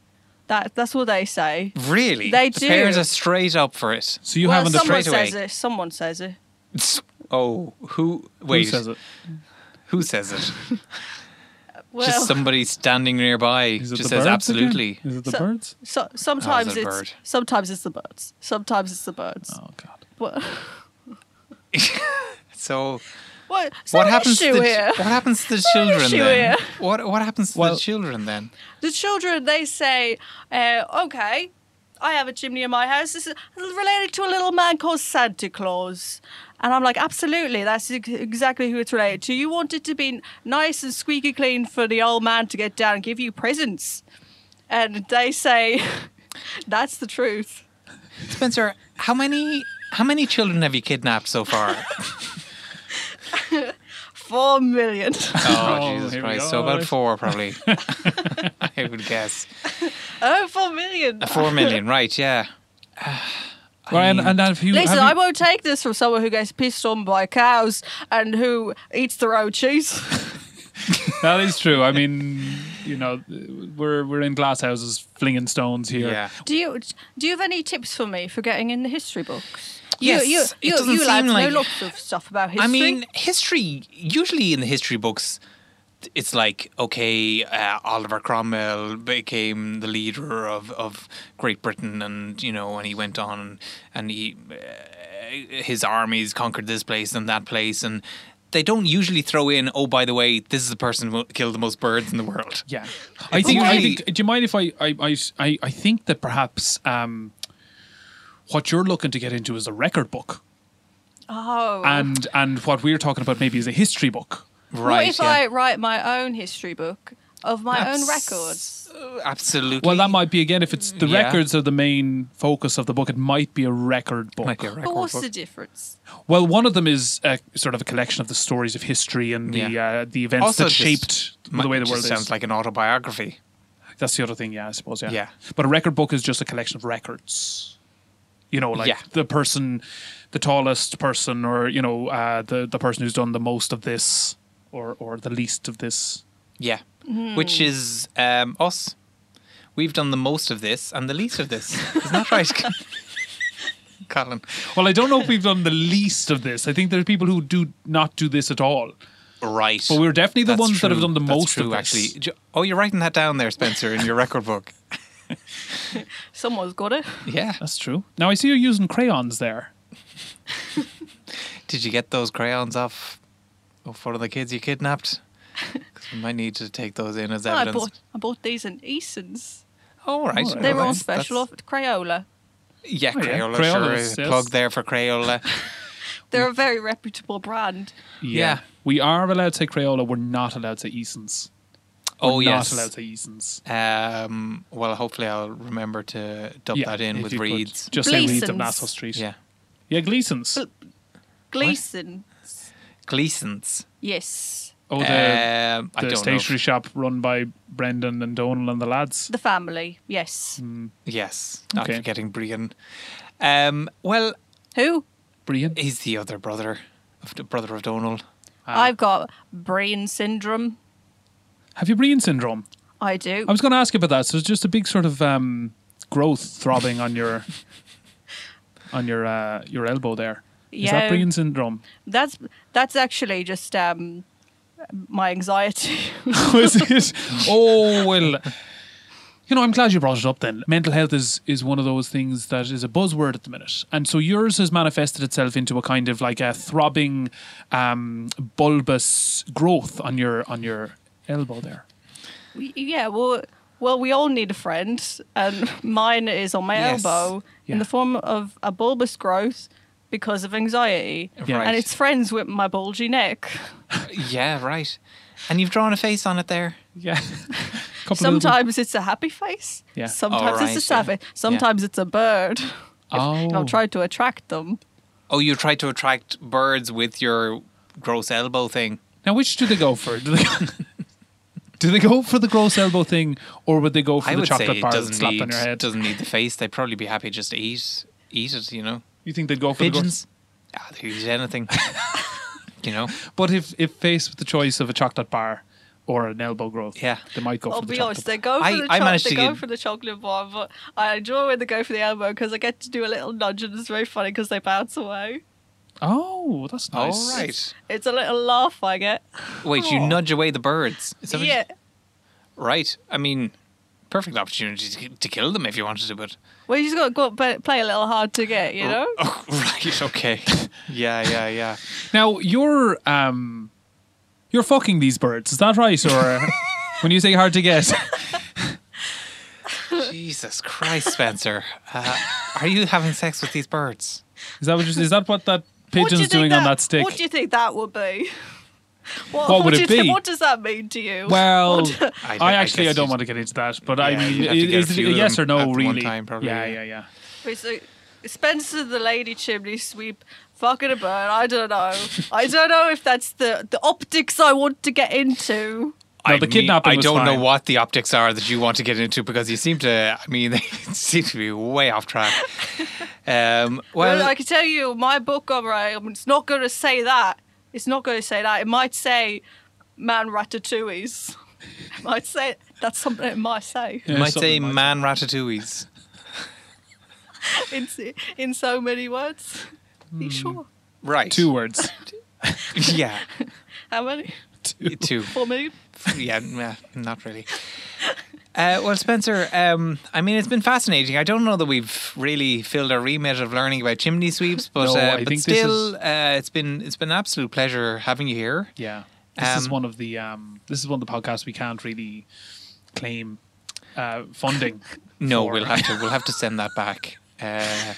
D: that that's what they say
C: Really?
D: They
C: the
D: do.
C: Parents are straight up for it.
B: So you
D: well
B: haven't
D: someone
C: straight away.
D: says it someone says it
C: Oh, who?
B: who
C: Wait,
B: says it?
C: who says it?
D: well
C: just somebody standing nearby
B: Is it
C: just
B: the
C: says
B: birds again?
C: absolutely.
B: Is it the
D: So-
B: birds?
D: so, sometimes
C: How's Oh, a
D: it's
C: bird?
D: sometimes it's the birds sometimes it's the birds
B: Oh god.
D: what
C: So
D: what, so
C: what happens? To
D: issue
C: the,
D: here?
C: What happens to the children
D: issue
C: then?
D: here?
C: What What happens to
B: Well-
C: the children then?
D: the children they say uh, okay i have a chimney in my house this is related to a little man called santa claus and i'm like absolutely that's ex- exactly who it's related to you want it to be nice and squeaky clean for the old man to get down and give you presents and they say that's the truth
C: Spencer, how many how many children have you kidnapped so far? Oh,
D: four million
C: Oh,
B: Oh,
C: Jesus
B: here we
C: Christ. So
B: go.
C: about four, probably. I would guess.
D: oh four million
C: Four million, right, yeah.
B: Right,
C: mean-
B: and, and have you, have
D: Listen,
B: you-
D: I won't take this from someone who gets pissed on by cows and who eats their own cheese.
B: that is true. I mean, you know, we're we're in glass houses flinging stones here.
C: Yeah.
D: Do you do you have any tips for me for getting in the history books?
C: Yes,
D: you
C: it
D: you,
C: doesn't
D: you, you like
C: seem
D: to know
C: like-
D: lots of stuff about history.
C: I mean, history, usually in the history books, it's like, okay, uh, Oliver Cromwell became the leader of, of Great Britain and, you know, and he went on and he, uh, his armies conquered this place and that place and they don't usually throw in, oh, by the way, this is the person who killed the most birds in the world.
B: Yeah, I think. I
C: usually-
B: think. Do you mind if I? I. I. I, I think that perhaps um, what you're looking to get into is a record book,
D: Oh.
B: and and what we're talking about maybe is a history book.
D: what
C: Right.
D: if
C: yeah.
D: I write my own history book of my own records?
C: Uh, Absolutely.
B: Well, that might be again if it's the
C: Mm, Yeah.
B: records are the main focus of the book. It might be a record book.
C: might be a record
D: But what's
C: book.
D: the difference?
B: Well, one of them is uh, sort of a collection of the stories of history and the
C: Yeah.
B: uh, the events that
C: just
B: shaped
C: might-
B: the way the
C: just
B: world is.
C: sounds like an autobiography.
B: That's the other thing, yeah, I suppose, yeah.
C: Yeah.
B: But a record book is just a collection of records. You know, like
C: Yeah.
B: the person, the tallest person, or you know, uh, the the person who's done the most of this, or or the least of this.
C: Yeah.
B: Hmm.
C: Which is um, us. We've done the most of this and the least of this. Isn't that right, Colin?
B: Well, I don't know if we've done the least of this. I think there are people who do not do this at all.
C: Right.
B: But we're definitely the
C: That's
B: ones that have
C: true.
B: done the
C: That's
B: most of
C: true,
B: this.
C: actually. J- Oh, you're writing that down there, Spencer, in your record book.
D: Someone's got it.
C: Yeah.
B: That's true. Now I see you're using crayons there.
C: Did you get those crayons off off one of the kids you kidnapped? 'Cause we might need to take those in
B: Oh,
C: as
D: I
C: evidence.
D: bought, I bought these in Easton's.
C: Oh, all right.
B: All right.
D: They
C: Well,
D: were on
C: that's-
D: special
C: that's-
D: offer at Crayola.
C: Yeah,
B: Oh, yeah.
C: Crayola.
B: Crayola,
C: sure.
B: yes.
C: Plug there for Crayola. Mm.
D: They're a very reputable brand.
C: Yeah.
B: We are allowed to say Crayola. We're not allowed to say Eason's. We're
C: oh, yes.
B: Not allowed to say Eason's.
C: Um, well, hopefully I'll remember to dump that in
B: if
C: with
B: you could.
C: reeds.
B: Just say reeds of
D: Gleason's.
B: Nassau Street.
C: Yeah,
B: Yeah, Gleason's.
D: Gleason.
C: Gleason's.
D: Yes.
B: Oh, the,
C: um, I
B: the
C: don't know.
B: stationery shop run by Brendan and Donal and the lads.
D: The family. Yes.
C: Yes, not
B: Okay.
C: forgetting Brian. Um, well,
D: Who?
B: Brian.
C: he's the other brother of the brother of Donald.
D: I've got brain syndrome.
B: Have you Brian syndrome?
D: I do.
B: I was going to ask you about that. So it's just a big sort of um, growth throbbing on your on your uh, your elbow there. Is that
D: Yeah.
B: Brian syndrome?
D: That's that's actually just um my anxiety.
B: Was it? Oh well. You know, I'm glad you brought it up. Then mental health is is one of those things that is a buzzword at the minute, and so yours has manifested itself into a kind of like a throbbing, um, bulbous growth on your on your elbow there.
D: We- yeah. Well. Well, we all need a friend, and mine is on my
C: Yes.
D: elbow
B: Yeah.
D: in the form of a bulbous growth because of anxiety,
B: Yeah.
C: Right.
D: and it's friends with my bulgy neck.
C: yeah, right. And you've drawn a face on it there.
B: Yeah. Couple of little-
D: Sometimes it's a happy face.
B: Yeah.
D: Sometimes
C: Alright,
D: it's a
C: yeah.
D: sad face. Sometimes it's a bird. And
B: Oh.
D: I'll try to attract them.
C: Oh, you tried to attract birds with your gross elbow thing.
B: Now, which do they go for? Do they, do they go for the gross elbow thing, or would they go for
C: I
B: the
C: would say
B: chocolate
C: it
B: bar that's
C: doesn't
B: slapped
C: need
B: on your head?
C: doesn't need the face. They'd probably be happy just to eat eat it. You know,
B: You think they'd go for
C: pigeons. Ah, they eat anything. you
B: the
C: know.
B: gross? But if if faced with the choice of a chocolate bar or an elbow growth,
C: Yeah.
B: they might go
D: I'll
B: for the
D: be
B: chocolate.
D: honest, they go for
C: I-
D: the
C: I
D: chocolate.
C: managed
D: They
C: to
D: go
C: get-
D: for the chocolate bar, but I enjoy when they go for the elbow because I get to do a little nudge, and it's very funny because they bounce away.
B: Oh, that's
C: All Oh. right.
B: nice.
D: It's a little laugh I get.
C: Wait, you nudge away the birds. Is that what you-
D: yeah.
C: right. I mean, perfect opportunity to, to kill them if you wanted to, but.
D: Well, you just got to go up and play a little hard to get, you know.
C: Oh, right. Okay. yeah, yeah, yeah.
B: Now you're um, you're fucking these birds. Is that right? Or when you say hard to get,
C: Jesus Christ, Spencer. Uh, are you having sex with these birds?
B: is that what you, is that what that
D: What do you
B: pigeon's
D: think
B: doing on that stick?
D: What do you think that would be? What,
B: What would
D: do
B: it
D: you thi-
B: be?
D: what does that mean to you?
B: Well,
C: I
B: I,
C: bet-
B: actually
C: I
B: I,
C: guess
B: don't
C: you'd-
B: want to get into that, but I
C: Yeah,
B: mean,
C: you'd have to get a
B: is, it
C: few
B: a
C: of
B: yes or
C: them
B: no?
C: at one
B: really?
C: time, probably,
B: yeah,
C: yeah.
B: yeah, yeah.
D: Okay, so Spencer the lady chimney sweep fucking a bird. I don't know. I don't know if that's the the optics I want to get into.
B: No, the kidnapping
C: I
B: was
C: don't
B: fine.
C: know what the optics are that you want to get into because you seem to. I mean, they seem to be way off track. Um,
D: Well,
C: well,
D: I can tell you, my book all right, um, it's not going to say that. It's not going to say that. It might say man ratatouilles. It might say that's something it might say
C: you
B: Yeah,
C: might
B: something
C: say
B: like
C: man ratatouilles.
D: in in so many words. Are
B: Hmm.
D: you sure?
C: Right.
B: Two words.
C: Yeah.
D: How many?
C: Two.
D: Four million?
C: yeah, nah, not really. Uh, well, Spencer, um, I mean, it's been fascinating. I don't know that we've really filled our remit of learning about chimney sweeps, but,
B: No,
C: uh,
B: I
C: but
B: think this
C: still, uh, it's been it's been an absolute pleasure having you here.
B: Yeah, this is
C: Um,
B: one of the um, this is one of the podcasts we can't really claim uh, funding.
C: No,
B: for.
C: we'll have to we'll have to send that back. Uh,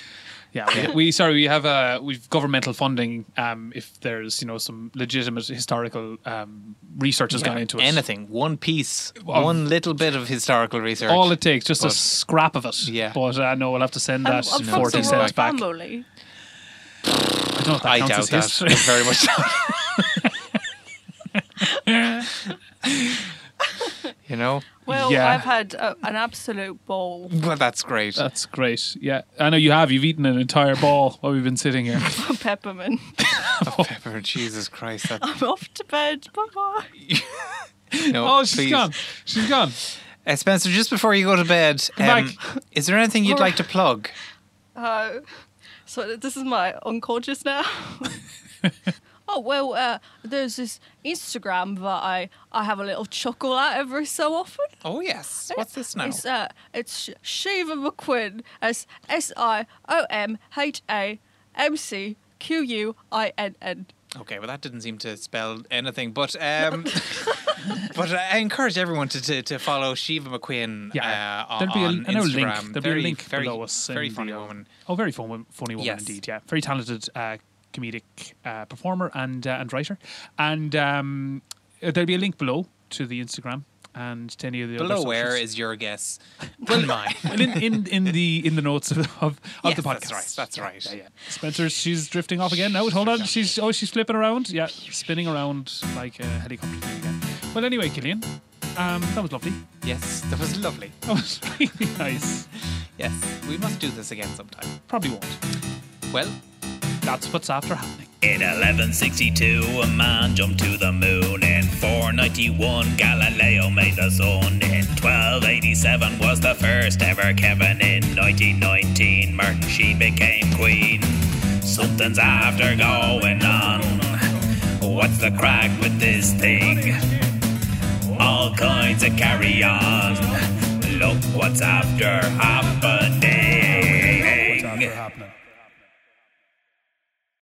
B: Yeah, we, we sorry we have uh, we've governmental funding. Um, if there's you know some legitimate historical um, research has gone into it,
C: anything, one piece, one little bit of historical research.
B: all it takes, just a
C: But-
B: scrap of it.
C: Yeah.
B: but uh, no, we'll have to send
D: I'm,
B: that
D: I'm from
B: forty
D: the
C: somewhere
B: cents
D: royal
B: back.
D: family.
B: I don't know if that
C: I
B: counts
C: doubt
B: as
C: that
B: history.
C: very much. you know,
D: Well,
B: Yeah.
D: I've had a, an absolute ball.
C: well, that's great.
B: That's great. Yeah, I know you have. You've eaten an entire ball while we've been sitting here.
D: for Peppermint.
C: Oh, Pepper, Jesus Christ! That,
D: I'm off to bed. Bye bye.
C: no,
B: Oh, she's
C: please.
B: gone. She's gone.
C: Uh, Spencer, just before you go to bed,
B: Come
C: um, is there anything you'd
D: Or-
C: like to plug?
D: Uh, so this is my unconscious now. oh well, uh, there's this Instagram that I I have a little chuckle at every so often.
C: Oh yes. What's this now?
D: It's uh, it's Sh- Shiva McQuinn as S I O M H A M C Q U I N N.
C: Okay, well that didn't seem to spell anything, but um, but I encourage everyone to to, to follow Shiva McQueen.
B: Yeah,
C: uh, on,
B: there'll be a,
C: on
B: I know
C: Instagram.
B: link. There'll
C: very,
B: be a link
C: very,
B: below us. in
C: Very funny
B: the, uh,
C: woman.
B: Oh, very fun, wo- funny woman
C: Yes.
B: indeed. Yeah, very talented uh, comedic uh, performer and uh, and writer. And um, uh, there'll be a link below to the Instagram and to any of the
C: Below
B: other
C: where
B: socials.
C: is your guess? Well, mine.
B: Well, in, in in the in the notes of of, of
C: Yes,
B: the podcast.
C: that's right, that's
B: Yeah,
C: right.
B: Yeah, yeah. Spencer, she's drifting off again. No, hold on. She's oh, she's flipping around. Yeah, spinning around like a helicopter thing again. Well, anyway, Killian, um, that was lovely.
C: Yes, that was lovely.
B: That was really nice.
C: Yes, we must do this again sometime.
B: Probably won't.
C: Well,
B: That's what's after happening.
A: In 1162, a man jumped to the moon. In 491, Galileo made the sun. In 1287 was the first ever Kevin. In 1919, Martin she became queen. Something's after going on. What's the crack with this thing? All kinds of carry on. Look what's after happening.
B: What's after happening.